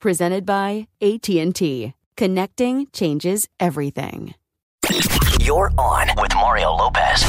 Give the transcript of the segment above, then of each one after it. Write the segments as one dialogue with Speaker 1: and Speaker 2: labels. Speaker 1: presented by AT&T. Connecting changes everything.
Speaker 2: You're on with Mario Lopez.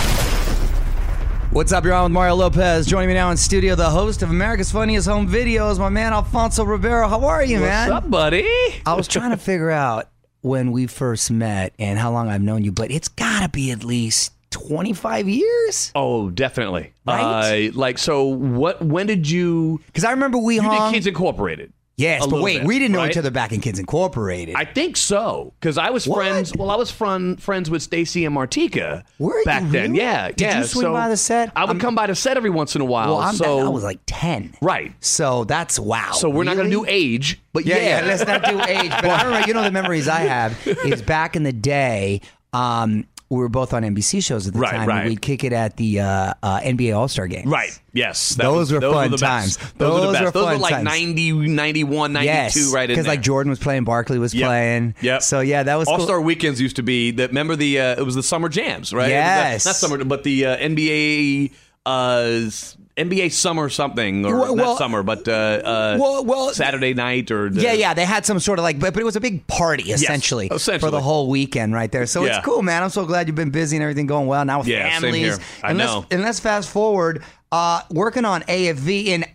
Speaker 3: What's up, y'all? With Mario Lopez joining me now in studio, the host of America's Funniest Home Videos, my man Alfonso Rivero. How are you, man?
Speaker 4: What's up, buddy?
Speaker 3: I was trying to figure out when we first met and how long I've known you, but it's gotta be at least 25 years.
Speaker 4: Oh, definitely.
Speaker 3: Right?
Speaker 4: Uh, like, so what? When did you?
Speaker 3: Because I remember we
Speaker 4: You
Speaker 3: hung.
Speaker 4: did Kids Incorporated.
Speaker 3: yes,
Speaker 4: a
Speaker 3: but
Speaker 4: little
Speaker 3: wait,
Speaker 4: bit,
Speaker 3: we didn't know
Speaker 4: right?
Speaker 3: each other back in Kids Incorporated.
Speaker 4: I think so, because I was
Speaker 3: What?
Speaker 4: friends. Well, I was friend, friends with Stacy and Martika
Speaker 3: Were you
Speaker 4: back then.
Speaker 3: really?
Speaker 4: Yeah,
Speaker 3: Did
Speaker 4: yeah.
Speaker 3: you swing
Speaker 4: so
Speaker 3: by the set?
Speaker 4: I would
Speaker 3: I'm-
Speaker 4: come by the set every once in a while.
Speaker 3: well, I'm
Speaker 4: so
Speaker 3: I was like 10.
Speaker 4: right.
Speaker 3: So that's wow.
Speaker 4: So we're not gonna
Speaker 3: Really?
Speaker 4: do age, but
Speaker 3: yeah,
Speaker 4: yeah,
Speaker 3: yeah, let's not do age. But I remember, you know, the memories I have is back in the day. Um, we were both on NBC shows at the
Speaker 4: Right,
Speaker 3: time. and
Speaker 4: right.
Speaker 3: We'd kick it at the uh, uh, NBA All Star game.
Speaker 4: Right. Yes. that
Speaker 3: Those
Speaker 4: was-
Speaker 3: were fun
Speaker 4: the best.
Speaker 3: times.
Speaker 4: Those, were the
Speaker 3: Those
Speaker 4: best.
Speaker 3: were
Speaker 4: those were
Speaker 3: fun
Speaker 4: like
Speaker 3: times.
Speaker 4: 90, 91, 92
Speaker 3: Yes.
Speaker 4: right in
Speaker 3: Because
Speaker 4: there.
Speaker 3: like Jordan was playing, Barkley was
Speaker 4: Yep.
Speaker 3: playing.
Speaker 4: Yep.
Speaker 3: So yeah, that was
Speaker 4: All
Speaker 3: cool.
Speaker 4: Star Weekends used to be that. Remember the uh, it was the summer jams, right? It was the-
Speaker 3: Yes.
Speaker 4: not summer, but the uh, NBA uh, s- NBA summer something or
Speaker 3: Well- well-
Speaker 4: not summer, but uh, uh,
Speaker 3: well- well-
Speaker 4: Saturday night or the-
Speaker 3: Yeah, yeah, they had some sort of like, but, but it was a big party essentially, for the
Speaker 4: essentially.
Speaker 3: whole weekend right there. So
Speaker 4: Yeah.
Speaker 3: it's cool, man. I'm so glad you've been busy and everything going well now with
Speaker 4: Yeah, same
Speaker 3: families.
Speaker 4: here. I
Speaker 3: and
Speaker 4: know.
Speaker 3: Let's, and let's fast forward, uh, working on AFV and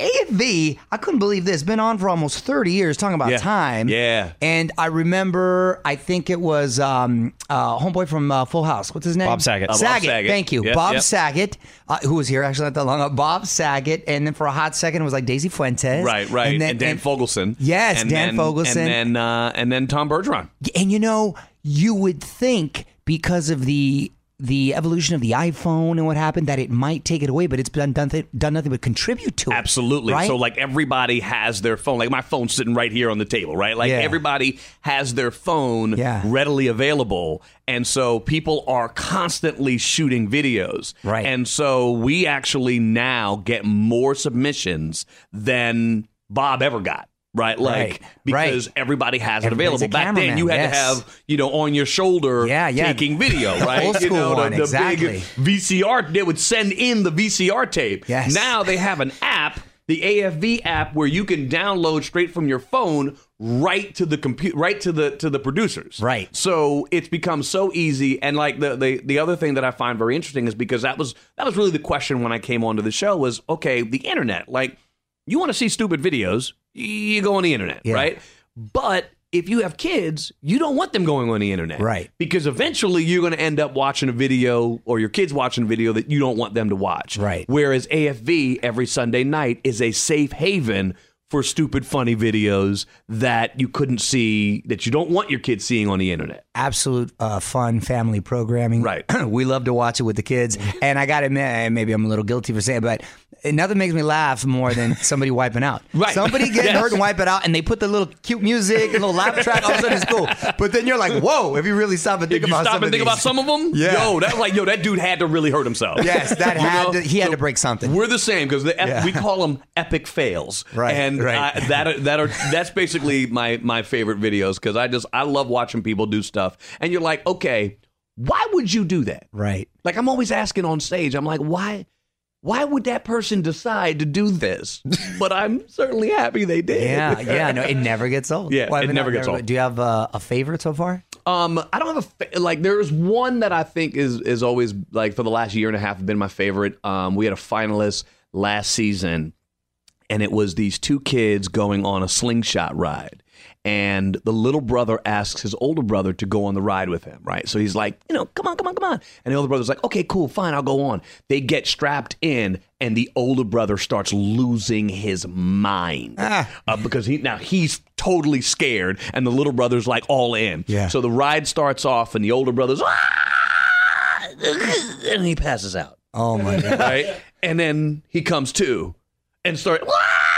Speaker 3: AFV. I couldn't believe this. Been on for almost 30 years. Talking about
Speaker 4: Yeah.
Speaker 3: time.
Speaker 4: Yeah.
Speaker 3: And I remember, I think it was um, uh, homeboy from uh, Full House. What's his name?
Speaker 5: Bob Saget. Uh, Bob
Speaker 3: Saget.
Speaker 4: Saget.
Speaker 3: Thank you,
Speaker 4: Yep,
Speaker 3: Bob
Speaker 4: yep.
Speaker 3: Saget, uh, who was here actually not that long ago. Bob Saget, and then for a hot second it was like Daisy Fuentes.
Speaker 4: Right, right, and,
Speaker 3: then-
Speaker 4: Dan Fogelson.
Speaker 3: Yes,
Speaker 4: and
Speaker 3: Dan
Speaker 4: then,
Speaker 3: Fogelson.
Speaker 4: and then uh, and then Tom Bergeron.
Speaker 3: And you know, you would think because of the the evolution of the iPhone and what happened that it might take it away, but it's done done, th- done nothing but contribute to it.
Speaker 4: Absolutely.
Speaker 3: Right?
Speaker 4: So like everybody has their phone. Like my phone's sitting right here on the table, right? Like
Speaker 3: Yeah.
Speaker 4: everybody has their phone
Speaker 3: Yeah.
Speaker 4: readily available. And so people are constantly shooting videos.
Speaker 3: Right.
Speaker 4: And so we actually now get more submissions than Bob ever got. Right, like
Speaker 3: Right.
Speaker 4: because
Speaker 3: Right.
Speaker 4: everybody has it
Speaker 3: Everybody's
Speaker 4: available.
Speaker 3: a
Speaker 4: Back then,
Speaker 3: cameraman,
Speaker 4: you had
Speaker 3: yes.
Speaker 4: to have you know on your shoulder,
Speaker 3: Yeah, yeah.
Speaker 4: taking video,
Speaker 3: The
Speaker 4: right?
Speaker 3: old
Speaker 4: you
Speaker 3: school
Speaker 4: know,
Speaker 3: one,
Speaker 4: the, the
Speaker 3: exactly.
Speaker 4: big VCR. They would send in the VCR tape.
Speaker 3: Yes.
Speaker 4: Now now they have an app, the AFV app, where you can download straight from your phone right to the computer, right to the to the producers.
Speaker 3: Right.
Speaker 4: So it's become so easy. And like the, the the other thing that I find very interesting is because that was that was really the question when I came onto the show was okay, the internet, like you want to see stupid videos, you go on the internet,
Speaker 3: Yeah.
Speaker 4: right? But if you have kids, you don't want them going on the internet.
Speaker 3: Right.
Speaker 4: Because eventually you're going to end up watching a video or your kids watching a video that you don't want them to watch.
Speaker 3: Right.
Speaker 4: Whereas AFV every Sunday night is a safe haven for stupid, funny videos that you couldn't see, that you don't want your kids seeing on the internet.
Speaker 3: absolute uh, fun family programming.
Speaker 4: Right.
Speaker 3: we love to watch it with the kids. And I got to admit, eh, maybe I'm a little guilty for saying it, but nothing makes me laugh more than somebody wiping out.
Speaker 4: Right.
Speaker 3: Somebody getting
Speaker 4: Yes.
Speaker 3: hurt and wipe it out, and they put the little cute music, and little laugh track, all of a sudden it's cool. But then you're like, whoa, if you really stop and think
Speaker 4: if you
Speaker 3: about
Speaker 4: stop
Speaker 3: some
Speaker 4: and
Speaker 3: of
Speaker 4: think about
Speaker 3: these-
Speaker 4: some of them,
Speaker 3: Yeah.
Speaker 4: yo, that like yo, that dude had to really hurt himself.
Speaker 3: Yes, that
Speaker 4: You
Speaker 3: had
Speaker 4: know?
Speaker 3: to, he had
Speaker 4: So
Speaker 3: to break something.
Speaker 4: We're the same because the ep-
Speaker 3: Yeah.
Speaker 4: we call them epic fails,
Speaker 3: Right,
Speaker 4: And
Speaker 3: right.
Speaker 4: I, that are- that are that's basically my my favorite videos because I just I love watching people do stuff, and you're like, okay, why would you do that?
Speaker 3: Right.
Speaker 4: Like I'm always asking on stage, I'm like, why? Why would that person decide to do this? But I'm certainly happy they did.
Speaker 3: Yeah, yeah, no, it never gets old.
Speaker 4: Yeah,
Speaker 3: Why
Speaker 4: it
Speaker 3: would
Speaker 4: never
Speaker 3: not-
Speaker 4: gets old.
Speaker 3: Do you have uh, a favorite so far?
Speaker 4: Um, I don't have a fa- like. There's one that I think is is always like for the last year and a half been my favorite. Um, we had a finalist last season, and it was these two kids going on a slingshot ride, and the little brother asks his older brother to go on the ride with him. Right, so he's like, you know, come on, come on, come on, and the older brother's like, okay, cool, fine, I'll go on. They get strapped in, and the older brother starts losing his mind uh, because he now he's totally scared, and the little brother's like all in.
Speaker 3: Yeah.
Speaker 4: So the ride starts off, and the older brother's "Ah!" and he passes out.
Speaker 3: Oh my god.
Speaker 4: Right, and then he comes to, and start. "Ah!"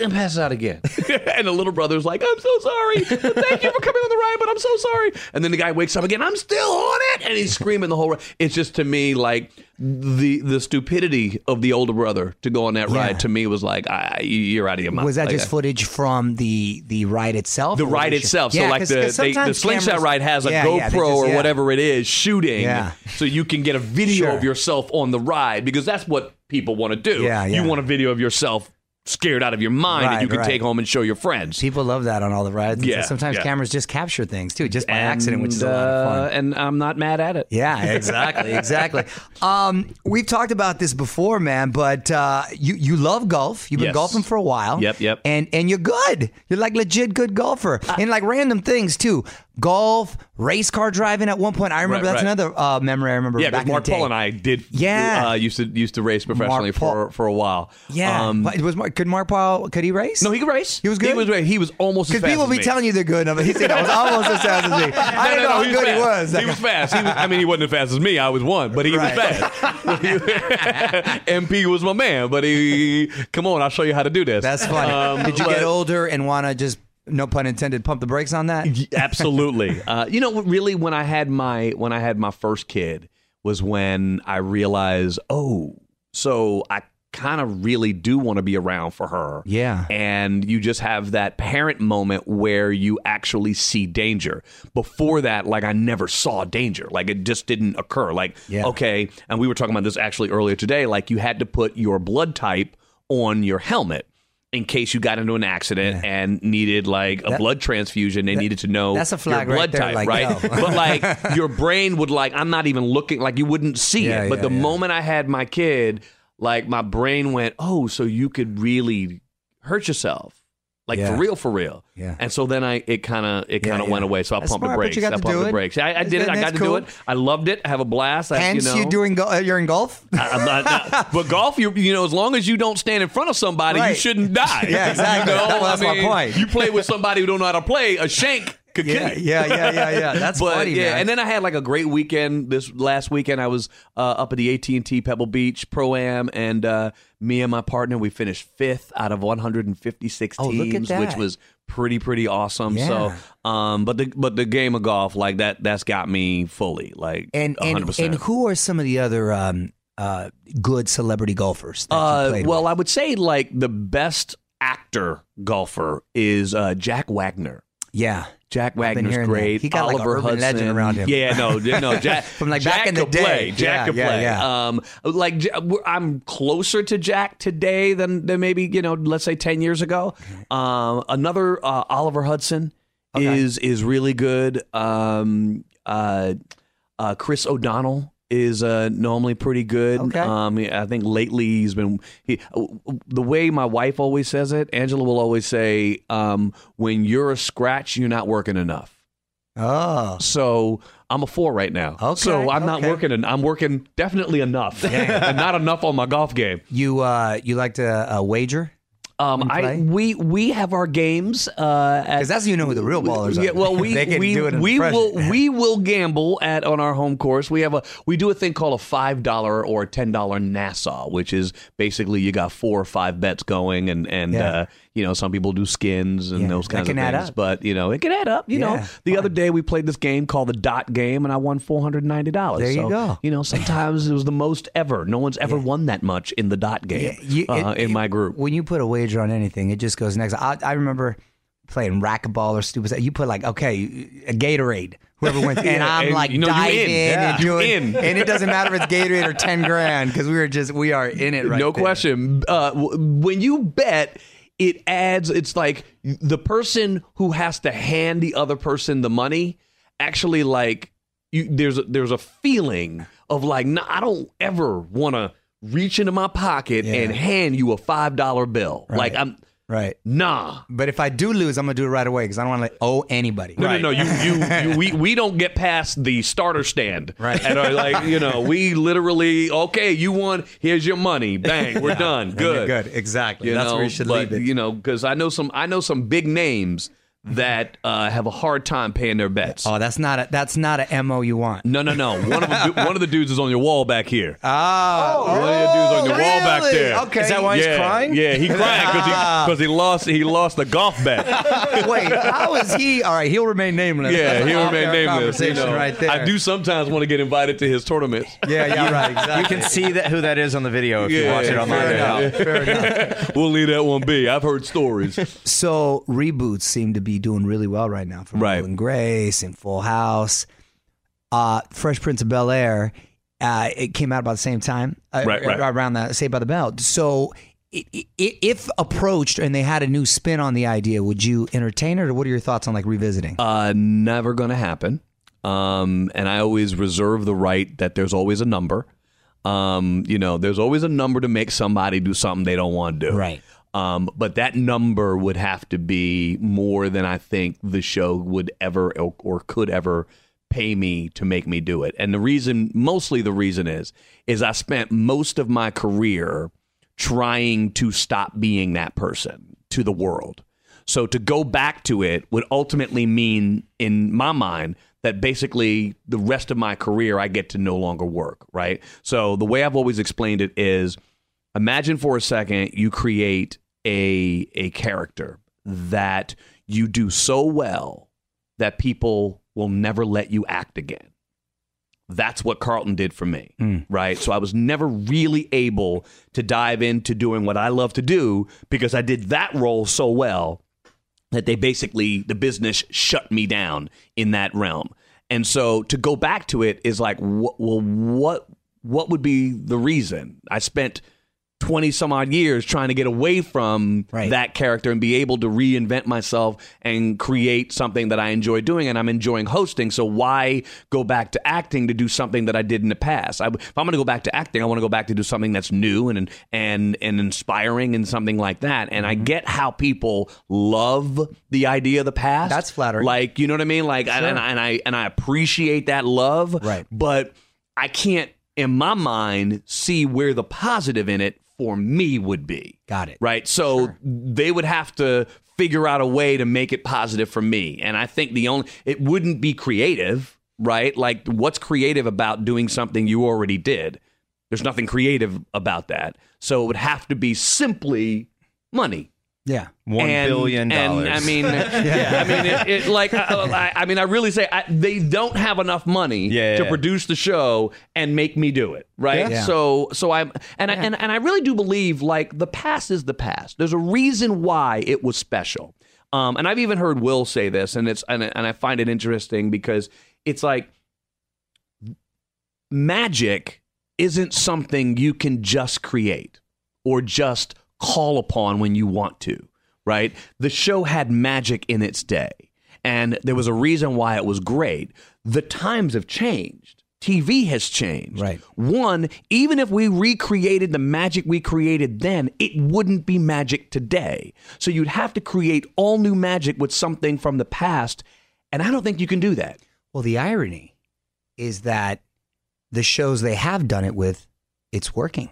Speaker 4: And passes out again, and the little brother's like, "I'm so sorry. Thank you for coming on the ride, but I'm so sorry." And then the guy wakes up again. I'm still on it, and he's screaming the whole. ride. It's just to me like the the stupidity of the older brother to go on that
Speaker 3: Yeah.
Speaker 4: ride. To me was like, I, "You're out of your mind."
Speaker 3: Was that
Speaker 4: Like,
Speaker 3: just
Speaker 4: uh,
Speaker 3: footage from the the ride itself?
Speaker 4: the
Speaker 3: Or was
Speaker 4: ride
Speaker 3: it-
Speaker 4: itself.
Speaker 3: Yeah,
Speaker 4: so like
Speaker 3: 'cause-
Speaker 4: the
Speaker 3: 'cause
Speaker 4: they, the
Speaker 3: sometimes
Speaker 4: slingshot
Speaker 3: cameras-
Speaker 4: ride has a
Speaker 3: Yeah,
Speaker 4: GoPro
Speaker 3: yeah, they just-
Speaker 4: or
Speaker 3: yeah.
Speaker 4: whatever it is shooting,
Speaker 3: Yeah.
Speaker 4: so you can get a video
Speaker 3: Sure.
Speaker 4: of yourself on the ride because that's what people want to do.
Speaker 3: Yeah, yeah.
Speaker 4: You want a video of yourself scared out of your mind that
Speaker 3: Right,
Speaker 4: you can
Speaker 3: right.
Speaker 4: take home and show your friends.
Speaker 3: People love that on all the rides.
Speaker 4: Yeah,
Speaker 3: sometimes
Speaker 4: yeah.
Speaker 3: cameras just capture things too, just by accident, which is a lot of fun.
Speaker 4: uh, and I'm not mad at it.
Speaker 3: Yeah, exactly, exactly. Um, we've talked about this before, man, but uh, you you love golf. You've been
Speaker 4: Yes.
Speaker 3: golfing for a while.
Speaker 4: Yep, yep. Uh,
Speaker 3: And and you're good. You're like legit good golfer, and like random things too. Golf, race car driving. At one point, I remember
Speaker 4: Right,
Speaker 3: that's
Speaker 4: right.
Speaker 3: another uh, memory I remember.
Speaker 4: Yeah,
Speaker 3: back
Speaker 4: because
Speaker 3: in
Speaker 4: Mark
Speaker 3: the day.
Speaker 4: Paul and I did.
Speaker 3: Yeah.
Speaker 4: uh, used to used to race professionally
Speaker 3: Paul-
Speaker 4: for for a while.
Speaker 3: Yeah,
Speaker 4: Um,
Speaker 3: What- was Mark, could Mark Paul could he race?
Speaker 4: no, he could race.
Speaker 3: He was
Speaker 4: He
Speaker 3: good?
Speaker 4: was. He was almost as
Speaker 3: Because
Speaker 4: fast
Speaker 3: people
Speaker 4: as
Speaker 3: be
Speaker 4: me.
Speaker 3: telling you they're good. I'm, he said I was almost as fast as me. I
Speaker 4: No,
Speaker 3: don't
Speaker 4: no,
Speaker 3: know
Speaker 4: no,
Speaker 3: how good he
Speaker 4: fast.
Speaker 3: was.
Speaker 4: He was fast. He was, I mean, he wasn't as fast as me. I was one, but he
Speaker 3: Right.
Speaker 4: was fast. MP was my man, but he. Come on, I'll show you how to do this.
Speaker 3: That's funny.
Speaker 4: Um,
Speaker 3: Did you
Speaker 4: but-
Speaker 3: get older and want to just, no pun intended, pump the brakes on that?
Speaker 4: Absolutely. Uh, you know, what, really, when I had my when I had my first kid was when I realized, oh, so I kind of really do want to be around for her.
Speaker 3: Yeah.
Speaker 4: and you just have that parent moment where you actually see danger. Before that, like I never saw danger. Like it just didn't occur. Like
Speaker 3: Yeah.
Speaker 4: okay, and we were talking about this actually earlier today, like you had to put your blood type on your helmet in case you got into an accident and needed like a
Speaker 3: That-
Speaker 4: blood transfusion, they needed to know
Speaker 3: that's a flag
Speaker 4: your
Speaker 3: right
Speaker 4: blood
Speaker 3: there,
Speaker 4: type,
Speaker 3: like,
Speaker 4: right?
Speaker 3: yo.
Speaker 4: but like your brain would like I'm not even looking like you wouldn't see
Speaker 3: Yeah,
Speaker 4: it. But
Speaker 3: yeah,
Speaker 4: the
Speaker 3: yeah.
Speaker 4: moment I had my kid, like my brain went, "Oh, so you could really hurt yourself." Like
Speaker 3: Yeah.
Speaker 4: for real, for real.
Speaker 3: Yeah.
Speaker 4: And so then I, it kind of, it
Speaker 3: Yeah,
Speaker 4: kind of
Speaker 3: yeah.
Speaker 4: went away. So I
Speaker 3: That's
Speaker 4: pumped
Speaker 3: smart,
Speaker 4: the
Speaker 3: but
Speaker 4: brakes.
Speaker 3: you got
Speaker 4: I
Speaker 3: to
Speaker 4: pumped
Speaker 3: do
Speaker 4: the
Speaker 3: it.
Speaker 4: brakes. I, I did it. I got
Speaker 3: That's
Speaker 4: to
Speaker 3: cool.
Speaker 4: do it. I loved it. I have a blast. I,
Speaker 3: Hence,
Speaker 4: you
Speaker 3: you
Speaker 4: know.
Speaker 3: doing go- uh, you're in golf?
Speaker 4: I'm not, not- but golf, you you know, as long as you don't stand in front of somebody, you
Speaker 3: Right.
Speaker 4: shouldn't die.
Speaker 3: Yeah, exactly.
Speaker 4: You know?
Speaker 3: Well,
Speaker 4: I
Speaker 3: that's my
Speaker 4: mean,
Speaker 3: point.
Speaker 4: You play with somebody who don't know how to play, a shank could
Speaker 3: Yeah,
Speaker 4: kill you.
Speaker 3: yeah, yeah, yeah, yeah. That's
Speaker 4: but
Speaker 3: funny,
Speaker 4: yeah,
Speaker 3: man.
Speaker 4: and then I had like a great weekend. This last weekend, I was uh, up at the AT and T Pebble Beach Pro Am, and uh, me and my partner we finished fifth out of 156
Speaker 3: Oh,
Speaker 4: teams,
Speaker 3: look at
Speaker 4: which
Speaker 3: that.
Speaker 4: was pretty pretty awesome.
Speaker 3: Yeah.
Speaker 4: So, um, but the but the game of golf like that that's got me fully like
Speaker 3: and, and,
Speaker 4: 100%.
Speaker 3: and who are some of the other um, uh, good celebrity golfers that you
Speaker 4: Uh,
Speaker 3: played
Speaker 4: well,
Speaker 3: with?
Speaker 4: I would say like the best actor golfer is uh, Jack Wagner.
Speaker 3: Yeah.
Speaker 4: Jack
Speaker 3: been
Speaker 4: Wagner's
Speaker 3: hearing that.
Speaker 4: great.
Speaker 3: He got, like, a
Speaker 4: Oliver
Speaker 3: urban
Speaker 4: Hudson.
Speaker 3: legend around him.
Speaker 4: Yeah, no, yeah, no. Jack
Speaker 3: From, like,
Speaker 4: Jack
Speaker 3: back in the
Speaker 4: could
Speaker 3: day.
Speaker 4: play. Jack
Speaker 3: Yeah,
Speaker 4: could
Speaker 3: yeah,
Speaker 4: play.
Speaker 3: yeah.
Speaker 4: Um, like J- we're- I'm closer to Jack today than than maybe you know, let's say ten years ago. Um, another uh, Oliver Hudson
Speaker 3: Okay.
Speaker 4: is is really good. Um, uh, uh, Chris O'Donnell is uh, normally pretty good.
Speaker 3: Okay.
Speaker 4: Um, I think lately he's been he, the way my wife always says it. Angela will always say, um, "When you're a scratch, you're not working enough."
Speaker 3: Oh.
Speaker 4: So I'm a four right now.
Speaker 3: Okay,
Speaker 4: So I'm not
Speaker 3: okay.
Speaker 4: working, and I'm working definitely enough, and not enough on my golf game.
Speaker 3: You, uh, you like to uh, wager?
Speaker 4: Um,
Speaker 3: and
Speaker 4: I
Speaker 3: play?
Speaker 4: we we have our games uh, at
Speaker 3: Because that's how you know who the real ballers are.
Speaker 4: Yeah, well, we
Speaker 3: they can
Speaker 4: we,
Speaker 3: do it in
Speaker 4: we
Speaker 3: press.
Speaker 4: will we will gamble at on our home course. We have a we do a thing called a five dollar or a ten dollar Nassau, which is basically you got four or five bets going, and and
Speaker 3: Yeah.
Speaker 4: uh, you know some people do skins and
Speaker 3: Yeah,
Speaker 4: those
Speaker 3: that
Speaker 4: kinds
Speaker 3: can
Speaker 4: of
Speaker 3: add
Speaker 4: things.
Speaker 3: up.
Speaker 4: But you know it can add up. You know,
Speaker 3: Yeah,
Speaker 4: the other day we played this game called the dot game, and I won four hundred ninety dollars.
Speaker 3: There you
Speaker 4: so,
Speaker 3: go.
Speaker 4: You know, sometimes it was the most ever. No one's ever won that much in the dot
Speaker 3: Yeah,
Speaker 4: game
Speaker 3: you-
Speaker 4: uh,
Speaker 3: it-
Speaker 4: in my group.
Speaker 3: When you put a wager on anything, it just goes next. I, I remember playing racquetball or stupid stuff. You put like, okay, a Gatorade. Whoever wins, and
Speaker 4: Yeah,
Speaker 3: I'm
Speaker 4: and
Speaker 3: like
Speaker 4: you know, you
Speaker 3: diving
Speaker 4: in. Yeah.
Speaker 3: and
Speaker 4: You
Speaker 3: doing,
Speaker 4: in.
Speaker 3: and it doesn't matter if it's Gatorade or ten grand because we were just we are in it right.
Speaker 4: no
Speaker 3: there.
Speaker 4: question. Uh, w- when you bet, it adds. It's like the person who has to hand the other person the money actually like you, there's a, there's a feeling of like no, I don't ever want to reach into my pocket
Speaker 3: Yeah.
Speaker 4: and hand you a five dollar bill. Like I'm
Speaker 3: right?
Speaker 4: nah.
Speaker 3: But if I do lose, I'm gonna do it right away because I don't want to owe anybody.
Speaker 4: No, no, no. You, you, you, we, we don't get past the starter stand. Right. And uh, like, you know, we literally, okay, you won. Here's your money. Bang. We're done.
Speaker 3: And you're
Speaker 4: Good.
Speaker 3: good, exactly.
Speaker 4: You
Speaker 3: That's
Speaker 4: know,
Speaker 3: where you should
Speaker 4: but,
Speaker 3: leave it.
Speaker 4: You know, because I know some I know some big names that uh, have a hard time paying their bets.
Speaker 3: oh, that's not a that's not a mo you want.
Speaker 4: no, no, no. One of the, one of the dudes is on your wall back here.
Speaker 3: Oh,
Speaker 4: One of the dudes on your wall back
Speaker 3: really?
Speaker 4: there.
Speaker 3: Okay, is that why Ah.
Speaker 4: yeah, Yeah, he crying because he, 'cause he lost he lost the golf bet.
Speaker 3: Wait, how is he? All right, he'll remain nameless.
Speaker 4: Yeah,
Speaker 3: That's
Speaker 4: he
Speaker 3: an
Speaker 4: remained
Speaker 3: off-air
Speaker 4: nameless. you
Speaker 3: Conversation
Speaker 4: know.
Speaker 3: right there.
Speaker 4: I do sometimes want to get invited to his tournaments.
Speaker 3: Yeah, yeah, right. Exactly.
Speaker 5: You can see that who that is on the video if you
Speaker 4: Yeah,
Speaker 5: watch it
Speaker 4: yeah,
Speaker 5: online.
Speaker 4: fair
Speaker 5: right
Speaker 4: enough.
Speaker 5: now.
Speaker 3: Fair enough.
Speaker 4: we'll leave that one be. I've heard stories.
Speaker 3: So reboots seem to be doing really well right now for
Speaker 4: Right.
Speaker 3: Will and Grace and Full House, uh, Fresh Prince of Bel Air. Uh, it came out about the same time, uh,
Speaker 4: Right, right.
Speaker 3: around the Saved by the Bell. So. i- i- If approached and they had a new spin on the idea, would you entertain it, or what are your thoughts on like revisiting?
Speaker 4: Uh, never going to happen. Um, and I always reserve the right that there's always a number. Um, you know, there's always a number to make somebody do something they don't want to do.
Speaker 3: Right.
Speaker 4: Um, but that number would have to be more than I think the show would ever or, or could ever pay me to make me do it. And the reason, mostly the reason is, is I spent most of my career trying to stop being that person to the world. So to go back to it would ultimately mean, in my mind, that basically the rest of my career I get to no longer work, right? So the way I've always explained it is imagine for a second you create a a character that you do so well that people will never let you act again. That's what Carlton did for me, right? So I was never really able to dive into doing what I love to do because I did that role so well that they basically the business shut me down in that realm. And so to go back to it is like, wh- well, what what would be the reason? I spent twenty some odd years trying to get away from
Speaker 3: Right.
Speaker 4: that character and be able to reinvent myself and create something that I enjoy doing, and I'm enjoying hosting. So why go back to acting to do something that I did in the past? I, if I'm going to go back to acting, I want to go back to do something that's new and and and inspiring and something like that. And I
Speaker 3: Mm-hmm.
Speaker 4: get how people love the idea of the past.
Speaker 3: That's flattering.
Speaker 4: Like you know what I mean? Like I- and, I, and I and I appreciate that love.
Speaker 3: Right.
Speaker 4: But I can't, in my mind, see where the positive in it for me would be
Speaker 3: Got it.
Speaker 4: right? So they would have to figure out a way to make it positive for me. And I think the only it wouldn't be creative, right? Like what's creative about doing something you already did? There's nothing creative about that. So it would have to be simply money.
Speaker 3: Yeah,
Speaker 5: One
Speaker 4: And-
Speaker 5: billion dollars.
Speaker 4: And I mean, yeah, I mean, it, it, like, I, I, I mean, I really say I, they don't have enough money
Speaker 5: Yeah,
Speaker 4: to
Speaker 5: yeah.
Speaker 4: produce the show and make me do it, right?
Speaker 3: Yeah.
Speaker 4: So, so I'm, and I, and and I really do believe like the past is the past. There's a reason why it was special. Um, and I've even heard Will say this, and it's and, and I find it interesting because it's like magic isn't something you can just create or just call upon when you want to, right? The show had magic in its day, and there was a reason why it was great. The times have changed. TV has changed.
Speaker 3: Right.
Speaker 4: One, even if we recreated the magic we created then, it wouldn't be magic today. So you'd have to create all new magic with something from the past, and I don't think you can do that.
Speaker 3: Well, the irony is that the shows they have done it with, it's working.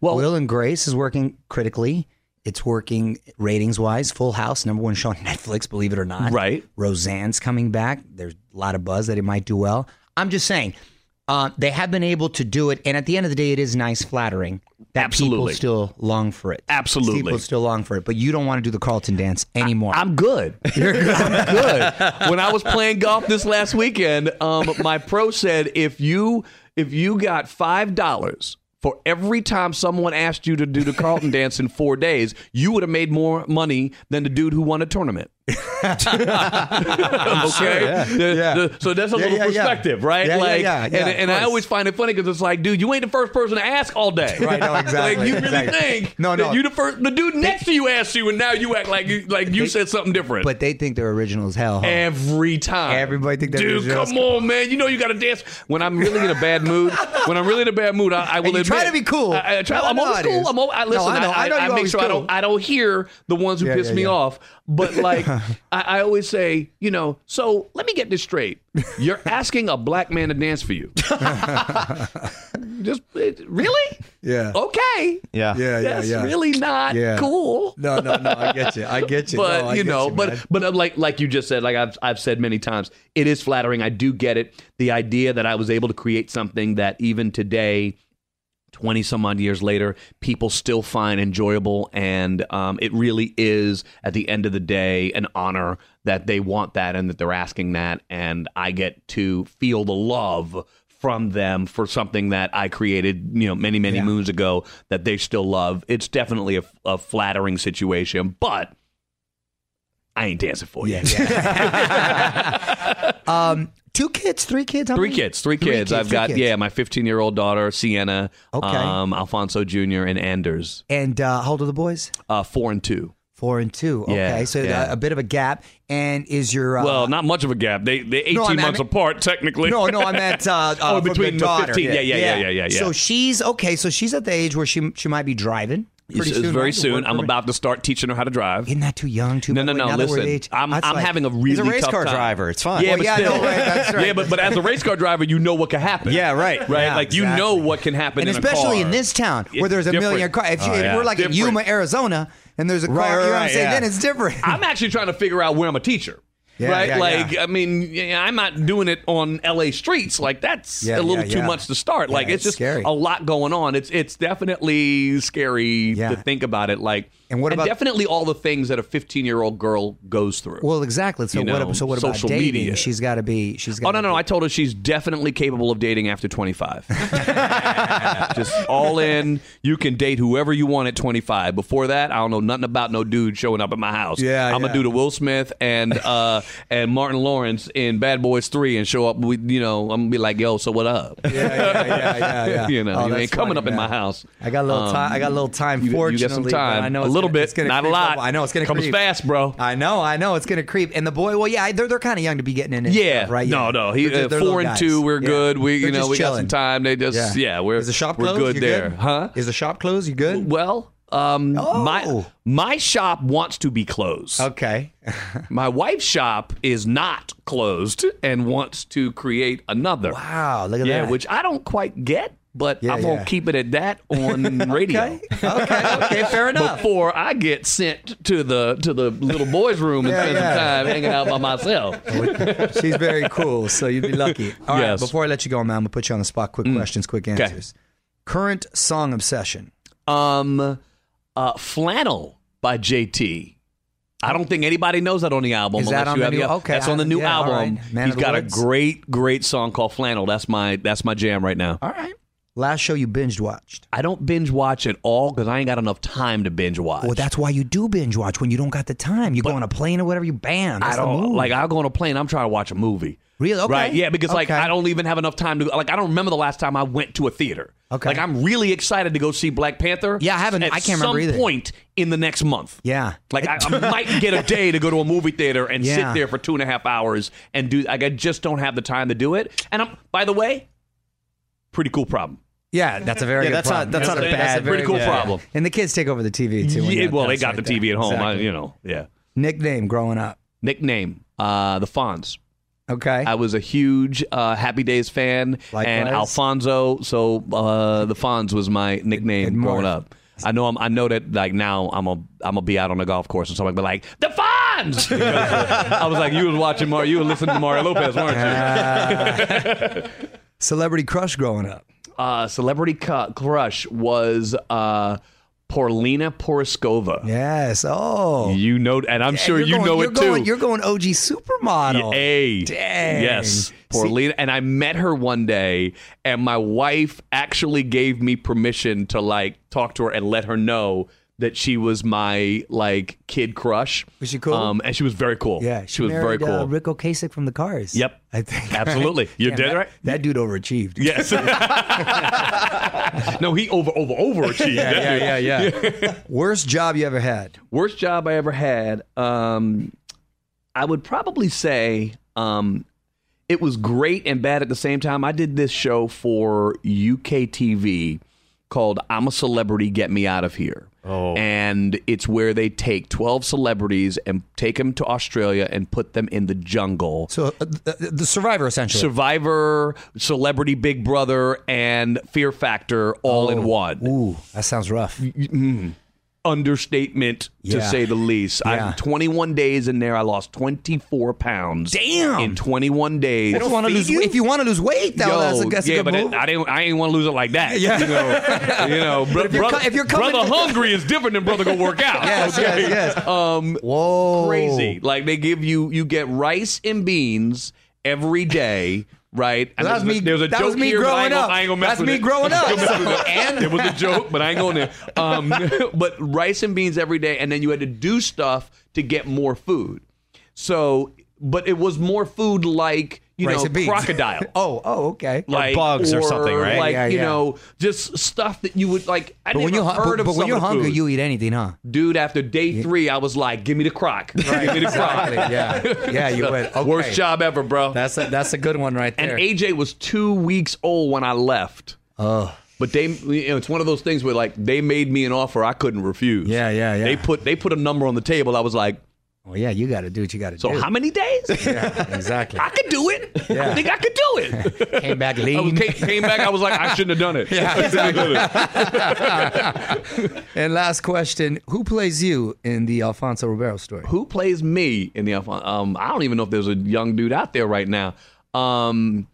Speaker 4: Well,
Speaker 3: Will and Grace is working critically. It's working ratings wise. Full House, number one show on Netflix, believe it or not.
Speaker 4: Right.
Speaker 3: Roseanne's coming back. There's a lot of buzz that it might do well. I'm just saying, uh, they have been able to do it. And at the end of the day, it is nice, flattering that
Speaker 4: Absolutely.
Speaker 3: people still long for it.
Speaker 4: Absolutely.
Speaker 3: People still long for it. But you don't want to do the Carlton dance anymore.
Speaker 4: I'm good. You're good. I'm good. When I was playing golf this last weekend, um, my pro said if you if you got five dollars for every time someone asked you to do the Carlton dance in four days, you would have made more money than the dude who won a tournament. okay, The-
Speaker 3: yeah.
Speaker 4: the- so that's a
Speaker 3: Yeah,
Speaker 4: little
Speaker 3: yeah, yeah.
Speaker 4: perspective, right?
Speaker 3: Yeah, yeah,
Speaker 4: like,
Speaker 3: yeah, yeah,
Speaker 4: and,
Speaker 3: of
Speaker 4: and I
Speaker 3: course.
Speaker 4: always find it funny because it's like, dude, you ain't the first person to ask all day,
Speaker 3: Right, no,
Speaker 4: like
Speaker 3: exactly,
Speaker 4: you really
Speaker 3: exactly.
Speaker 4: think
Speaker 3: No,
Speaker 4: that
Speaker 3: no.
Speaker 4: you the first, the dude next to you asked you, and now you act like you like you said something different.
Speaker 3: but they think they're original as hell. huh?
Speaker 4: Eh. Every time.
Speaker 3: Everybody think that
Speaker 4: Dude,
Speaker 3: is just-
Speaker 4: come on, man. You know you got to dance. When I'm really in a bad mood, when I'm really in a bad mood, I, I will
Speaker 3: And you
Speaker 4: admit.
Speaker 3: try to be cool.
Speaker 4: I, I try,
Speaker 3: No, I
Speaker 4: I'm
Speaker 3: know
Speaker 4: always
Speaker 3: it
Speaker 4: cool.
Speaker 3: is.
Speaker 4: I'm always, I
Speaker 3: No,
Speaker 4: listen.
Speaker 3: I know-
Speaker 4: I,
Speaker 3: I know you're
Speaker 4: make
Speaker 3: always
Speaker 4: sure I
Speaker 3: cool.
Speaker 4: don't. I don't hear the ones who
Speaker 3: Yeah,
Speaker 4: piss
Speaker 3: yeah,
Speaker 4: me
Speaker 3: yeah.
Speaker 4: off. But like, I, I always say, you know. So let me get this straight. You're asking a black man to dance for you. Just it- really?
Speaker 6: Yeah.
Speaker 4: Okay.
Speaker 5: Yeah.
Speaker 6: Yeah, yeah,
Speaker 4: That's
Speaker 6: yeah.
Speaker 4: really not
Speaker 6: Yeah.
Speaker 4: cool
Speaker 6: No, no, no. I get you. I get you.
Speaker 4: but
Speaker 6: No, I
Speaker 4: you
Speaker 6: get
Speaker 4: know, but
Speaker 6: man.
Speaker 4: but uh, like like you just said, like I've I've said many times, it is flattering. I do get it. The idea that I was able to create something that even today, twenty some odd years later, people still find enjoyable, and um, it really is at the end of the day an honor that they want that and that they're asking that, and I get to feel the love. From them for something that I created, you know, many many moons ago that they still love. It's definitely a, a flattering situation, but I ain't dancing for you.
Speaker 3: um, two kids, three kids, how
Speaker 4: Three
Speaker 3: many?
Speaker 4: kids, three kids. I've
Speaker 3: three
Speaker 4: got
Speaker 3: kids.
Speaker 4: yeah, my 15 year old daughter Sienna,
Speaker 3: Okay.
Speaker 4: um, Alfonso Jr. and Anders,
Speaker 3: And uh, how old are the boys?
Speaker 4: uh, four and two.
Speaker 3: Four and two. Okay,
Speaker 4: Yeah,
Speaker 3: so uh,
Speaker 4: yeah.
Speaker 3: A, a bit of a gap. And is your uh,
Speaker 4: well, not much of a gap. They they 18
Speaker 3: No, I mean-
Speaker 4: months
Speaker 3: I mean-
Speaker 4: apart technically.
Speaker 3: No, no, I meant uh, uh,
Speaker 4: Oh,
Speaker 3: from the
Speaker 4: between the
Speaker 3: daughter.
Speaker 4: 15. Yeah, yeah, yeah, yeah, yeah, yeah.
Speaker 3: So she's okay. So she's at the age where she she might be driving
Speaker 4: It's-
Speaker 3: pretty
Speaker 4: it's
Speaker 3: soon.
Speaker 4: very
Speaker 3: right? The
Speaker 4: soon.
Speaker 3: work
Speaker 4: I'm
Speaker 3: permit.
Speaker 4: about to start teaching her how to drive.
Speaker 3: Isn't that too young? Too
Speaker 4: No,
Speaker 3: bad?
Speaker 4: no,
Speaker 3: Wait,
Speaker 4: no.
Speaker 3: now that we're at
Speaker 4: Listen,
Speaker 3: age-
Speaker 4: I'm,
Speaker 3: that's
Speaker 4: I'm
Speaker 3: like-
Speaker 4: having a really
Speaker 5: race
Speaker 4: tough
Speaker 5: car
Speaker 4: time.
Speaker 5: driver. It's fine.
Speaker 4: Yeah,
Speaker 5: Well,
Speaker 4: but
Speaker 3: yeah,
Speaker 4: still.
Speaker 3: no, right, that's right.
Speaker 4: yeah, but but as a race car driver, you know what can happen.
Speaker 5: Yeah, right.
Speaker 4: Right,
Speaker 3: Yeah,
Speaker 4: like you know
Speaker 3: exactly.
Speaker 4: what can happen,
Speaker 3: and
Speaker 4: in a
Speaker 3: especially
Speaker 4: car.
Speaker 3: in this town
Speaker 4: It's
Speaker 3: where there's a
Speaker 4: different.
Speaker 3: million cars. If, you-
Speaker 4: Oh,
Speaker 3: if
Speaker 4: yeah.
Speaker 3: we're like
Speaker 4: Different.
Speaker 3: in Yuma, Arizona, and there's a car,
Speaker 5: Right,
Speaker 3: you know what I'm
Speaker 5: right,
Speaker 3: saying?
Speaker 5: yeah.
Speaker 3: Then it's different.
Speaker 4: I'm actually trying to figure out where I'm a teacher.
Speaker 3: Yeah,
Speaker 4: right?
Speaker 3: yeah,
Speaker 4: like,
Speaker 3: yeah.
Speaker 4: I mean, yeah, I'm not doing it on LA streets. Like, that's
Speaker 3: Yeah,
Speaker 4: a little
Speaker 3: yeah,
Speaker 4: too
Speaker 3: yeah.
Speaker 4: much to start.
Speaker 3: Yeah,
Speaker 4: like, it's,
Speaker 3: it's
Speaker 4: just
Speaker 3: scary.
Speaker 4: a lot going on. It's it's definitely scary
Speaker 3: Yeah.
Speaker 4: to think about it. Like,
Speaker 3: And what about-
Speaker 4: definitely all the things that a 15 year old girl goes through?
Speaker 3: well, exactly. So
Speaker 4: You
Speaker 3: what?
Speaker 4: know,
Speaker 3: so what about
Speaker 4: social
Speaker 3: dating?
Speaker 4: media.
Speaker 3: She's got to be. She's got.
Speaker 4: Oh no no! I told her she's definitely capable of dating after 25. Just all in. You can date whoever you want at 25. Before that, I don't know nothing about no dude showing up at my house.
Speaker 6: Yeah,
Speaker 4: I'm
Speaker 6: yeah.
Speaker 4: gonna do the Will Smith and uh and Martin Lawrence in Bad Boys Three and show up. with you know, I'm gonna be like, yo, so what up?
Speaker 6: Yeah, yeah, yeah, yeah, yeah.
Speaker 4: you know,
Speaker 3: Oh,
Speaker 4: you
Speaker 3: that's
Speaker 4: ain't coming
Speaker 3: funny,
Speaker 4: up in my
Speaker 3: man.
Speaker 4: house.
Speaker 3: I got a little
Speaker 4: Um,
Speaker 3: time. I got a little time.
Speaker 4: you- you
Speaker 3: fortunately,
Speaker 4: get some
Speaker 3: but
Speaker 4: time.
Speaker 3: I know
Speaker 4: A
Speaker 3: it's
Speaker 4: little
Speaker 3: gonna-
Speaker 4: bit,
Speaker 3: it's gonna
Speaker 4: not a
Speaker 3: creep
Speaker 4: lot.
Speaker 3: up. I know it's going to
Speaker 4: Comes fast, bro.
Speaker 3: I know. I know it's going to creep. And the boy, well, yeah, they're they're kind of young to be getting in. it,
Speaker 4: Yeah,
Speaker 3: right.
Speaker 4: No,
Speaker 3: Yeah.
Speaker 4: no. He
Speaker 3: They're ju-
Speaker 4: uh,
Speaker 3: they're
Speaker 4: four
Speaker 3: little
Speaker 4: and two.
Speaker 3: guys.
Speaker 4: We're
Speaker 3: Yeah.
Speaker 4: good. We,
Speaker 3: They're
Speaker 4: you know,
Speaker 3: just
Speaker 4: we got
Speaker 3: chilling.
Speaker 4: some time. They just, yeah, we're
Speaker 3: Is the shop
Speaker 4: we're
Speaker 3: closed?
Speaker 4: good
Speaker 3: You
Speaker 4: there, huh?
Speaker 3: Is the shop closed? You good?
Speaker 4: Well, um,
Speaker 3: Oh.
Speaker 4: my my shop wants to be closed.
Speaker 3: Okay.
Speaker 4: My wife's shop is not closed and wants to create another.
Speaker 3: Wow. Look at
Speaker 4: Yeah,
Speaker 3: that.
Speaker 4: which I don't quite get, but
Speaker 3: Yeah,
Speaker 4: I'm gonna
Speaker 3: yeah.
Speaker 4: keep it at that on radio.
Speaker 3: okay. okay. Okay. Fair enough.
Speaker 4: Before I get sent to the to the little boys' room and
Speaker 3: Yeah,
Speaker 4: spend
Speaker 3: yeah.
Speaker 4: some time hanging out by myself.
Speaker 3: She's very cool, so you'd be lucky. All right.
Speaker 4: Yes. Mm.
Speaker 3: Before I let you go, man, I'm gonna put you on the spot. Quick questions, quick answers. Current song obsession.
Speaker 4: Um, uh, Flannel by JT. I don't think anybody knows that on the album.
Speaker 3: Is that
Speaker 4: unless
Speaker 3: on
Speaker 4: you
Speaker 3: the
Speaker 4: have
Speaker 3: new- okay,
Speaker 4: that's on the
Speaker 3: I-
Speaker 4: new
Speaker 3: yeah, all
Speaker 4: album.
Speaker 3: right. Man
Speaker 4: He's
Speaker 3: of the
Speaker 4: got
Speaker 3: Woods?
Speaker 4: a great, great song called Flannel. That's my that's my jam right now.
Speaker 3: All right. Last show you binge watched.
Speaker 4: I don't binge watch at all because I ain't got enough time to binge watch.
Speaker 3: Well, Oh, that's why you do binge watch when you don't got the time. You go on a plane or whatever. You bam.
Speaker 4: I
Speaker 3: That's the
Speaker 4: don't
Speaker 3: move.
Speaker 4: like. I'll go on a plane. I'm trying to watch a movie.
Speaker 3: Really? Okay.
Speaker 4: Right? Yeah, because like
Speaker 3: Okay.
Speaker 4: I don't even have enough time to like. I don't remember the last time I went to a theater.
Speaker 3: Okay.
Speaker 4: Like I'm really excited to go see Black Panther.
Speaker 3: Yeah, I haven't-
Speaker 4: At
Speaker 3: I can't remember
Speaker 4: some
Speaker 3: either.
Speaker 4: point in the next month.
Speaker 3: Yeah.
Speaker 4: Like I, I might get a day to go to a movie theater and sit
Speaker 3: Yeah.
Speaker 4: there for two and a half hours and do. Like I just don't have the time to do it. And I'm by the way, pretty cool problem.
Speaker 3: Yeah, that's a very
Speaker 5: Yeah,
Speaker 3: good
Speaker 5: that's
Speaker 3: problem.
Speaker 5: not- that's
Speaker 4: not a bad-
Speaker 3: very
Speaker 4: pretty cool
Speaker 3: good
Speaker 4: problem.
Speaker 3: And the kids take over the TV too. when
Speaker 4: Yeah,
Speaker 3: you're
Speaker 4: well, they
Speaker 3: at
Speaker 4: got the
Speaker 3: like
Speaker 4: TV
Speaker 3: that.
Speaker 4: at home. I,
Speaker 3: Exactly.
Speaker 4: you know, yeah.
Speaker 3: Nickname growing up.
Speaker 4: Nickname, uh, the Fonz.
Speaker 3: Okay.
Speaker 4: I was a huge uh, Happy Days fan, and
Speaker 3: Likewise.
Speaker 4: Alfonso. So uh, the Fonz was my nickname
Speaker 3: Good morph.
Speaker 4: growing up. I know I'm, I know that like now I'm a I'm gonna be out on a golf course and somebody be like the Fonz. Because I was like you was watching Mario, you were listening to Mario Lopez, weren't you?
Speaker 3: Ah. Celebrity crush growing up.
Speaker 4: uh, celebrity cu- crush was uh, Porlina Poroskova.
Speaker 3: Yes. Oh.
Speaker 4: You know, and I'm sure
Speaker 3: You're
Speaker 4: you
Speaker 3: going-
Speaker 4: know
Speaker 3: you're
Speaker 4: it
Speaker 3: going,
Speaker 4: too. eh,
Speaker 3: You're going OG supermodel.
Speaker 4: Hey.
Speaker 3: Dang.
Speaker 4: Yes.
Speaker 3: See-
Speaker 4: Porlina. And I met her one day, and my wife actually gave me permission to like talk to her and let her know that she was my like kid crush.
Speaker 3: Was she cool?
Speaker 4: Um, and she was very cool.
Speaker 3: Yeah,
Speaker 4: She, was very
Speaker 3: married,
Speaker 4: cool.
Speaker 3: Uh, Rick Ocasek from the Cars.
Speaker 4: Yep.
Speaker 3: I think
Speaker 4: Absolutely. You're
Speaker 3: Damn,
Speaker 4: dead
Speaker 3: that-
Speaker 4: right.
Speaker 3: That dude overachieved.
Speaker 4: Yes. no, he over over overachieved.
Speaker 6: Yeah, yeah, yeah, yeah.
Speaker 3: Worst job you ever had?
Speaker 4: Worst job I ever had. Um, I would probably say um, it was great and bad at the same time. I did this show for UK TV called "I'm a Celebrity, Get Me Out of Here." Oh. And it's where they take 12 celebrities and take them to Australia and put them in the jungle.
Speaker 3: So uh, the, the Survivor essentially.
Speaker 4: Survivor, Celebrity Big Brother, and Fear Factor
Speaker 3: Oh,
Speaker 4: all in one.
Speaker 3: Ooh, that sounds rough.
Speaker 4: Mm-hmm. understatement to
Speaker 3: Yeah.
Speaker 4: say the least.
Speaker 3: Yeah.
Speaker 4: I'm 21 days in there. I lost 24 pounds.
Speaker 3: Damn.
Speaker 4: In 21 days.
Speaker 3: If you wanna lose- if you want to lose weight, though,
Speaker 4: Yo,
Speaker 3: that's a, that's a
Speaker 4: yeah,
Speaker 3: good
Speaker 4: but it-
Speaker 3: move.
Speaker 4: I didn't. I ain't want to lose it like that.
Speaker 3: Yeah.
Speaker 4: you know, you know bro-
Speaker 3: if you're
Speaker 4: brother,
Speaker 3: co- if you're coming
Speaker 4: brother
Speaker 3: to-
Speaker 4: hungry is different than brother go work out.
Speaker 3: yes,
Speaker 4: okay?
Speaker 3: yes, yes.
Speaker 4: Um,
Speaker 3: Whoa. Oh.
Speaker 4: crazy. Like they give you, you get rice and beans every day. Right, and
Speaker 3: That was
Speaker 4: there's
Speaker 3: me-
Speaker 4: a, there's a
Speaker 3: that
Speaker 4: joke
Speaker 3: was me
Speaker 4: here, but I
Speaker 3: growing
Speaker 4: ain't gonna-
Speaker 3: up.
Speaker 4: I ain't gonna mess
Speaker 3: That's
Speaker 4: with
Speaker 3: me
Speaker 4: it.
Speaker 3: growing up.
Speaker 4: and it was a joke, but I ain't going there. Um, but rice and beans every day, and then you had to do stuff to get more food. So, but it was more food like you
Speaker 3: Rice
Speaker 4: know
Speaker 3: and beans.
Speaker 4: crocodile.
Speaker 3: Oh, oh, okay.
Speaker 4: Like,
Speaker 5: bugs or something, right?
Speaker 4: Like
Speaker 3: Yeah,
Speaker 4: you
Speaker 3: yeah.
Speaker 4: know, just stuff that you would like. I
Speaker 3: but
Speaker 4: never
Speaker 3: when you're hu-
Speaker 4: heard
Speaker 3: but,
Speaker 4: of
Speaker 3: but when
Speaker 4: some
Speaker 3: you're
Speaker 4: of the
Speaker 3: hungry,
Speaker 4: food.
Speaker 3: you eat anything, huh?
Speaker 4: dude. After day three, I was like, "Give me the croc, give me the croc."
Speaker 3: Exactly. Yeah. Yeah. You went. Okay.
Speaker 4: Worst job ever, bro.
Speaker 6: That's a, that's a good one right
Speaker 4: and
Speaker 6: there.
Speaker 4: AJ was two weeks old when I left.
Speaker 3: Oh.
Speaker 4: But they, you know, it's one of those things where like they made me an offer I couldn't refuse.
Speaker 3: Yeah, yeah, yeah.
Speaker 4: They put they put a number on the table. I was like,
Speaker 3: Well, yeah. You got to do what you got to
Speaker 4: so
Speaker 3: do.
Speaker 4: how many days?
Speaker 6: exactly.
Speaker 4: I could do it. I think I could do it.
Speaker 3: Came back
Speaker 4: I was-
Speaker 3: lean.
Speaker 4: came, came back. I was like, I shouldn't have done it. I shouldn't have done it.
Speaker 3: and last question: Who plays you in the Alfonso Ribeiro story?
Speaker 4: Who plays me in the Alphon- Um, I don't even know if there's a young dude out there right now. Um,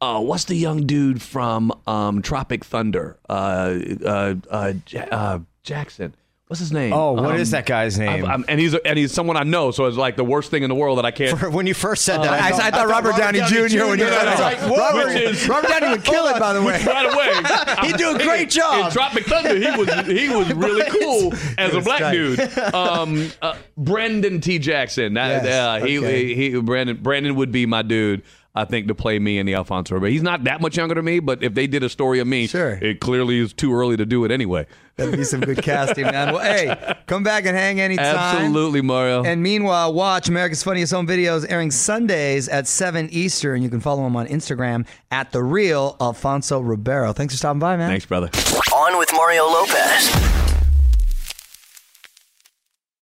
Speaker 4: uh, what's the young dude from um, Tropic Thunder? Uh, uh, uh, Ja- uh, Jackson. What's his name?
Speaker 5: Oh, what is
Speaker 4: Um,
Speaker 5: that guy's name?
Speaker 4: I'm- I'm- and he's and he's someone I know, so it's like the worst thing in the world that I Uh, can't.
Speaker 5: when you first said that,
Speaker 3: I, I thought Robert Downey, Jr. when you
Speaker 5: Jr.
Speaker 3: said
Speaker 5: I was
Speaker 3: that.
Speaker 5: like, whoa.
Speaker 3: Robert,
Speaker 4: Which is-
Speaker 3: Robert Downey would kill it, by the way.
Speaker 4: By the way,
Speaker 5: He do a great
Speaker 4: In, in
Speaker 5: job.
Speaker 4: Tropic Thunder, he was he was really cool as a black dude. Um, uh, Brendan T. Jackson. That,
Speaker 3: Yes,
Speaker 4: uh, he,
Speaker 3: okay.
Speaker 4: he he Brandon Brandon would be my dude. I think to play me in the Alfonso Ribeiro. He's not that much younger than me, but if they did a story of me,
Speaker 3: Sure.
Speaker 4: it clearly is too early to do it anyway.
Speaker 3: That'd be some good casting, man. Well, hey, come back and hang anytime.
Speaker 4: Absolutely, Mario.
Speaker 3: And meanwhile, watch America's Funniest Home Videos airing Sundays at 7 Eastern. You can follow him on Instagram at The Real Alfonso Ribeiro. Thanks for stopping by, man.
Speaker 4: Thanks, brother.
Speaker 2: On with Mario Lopez.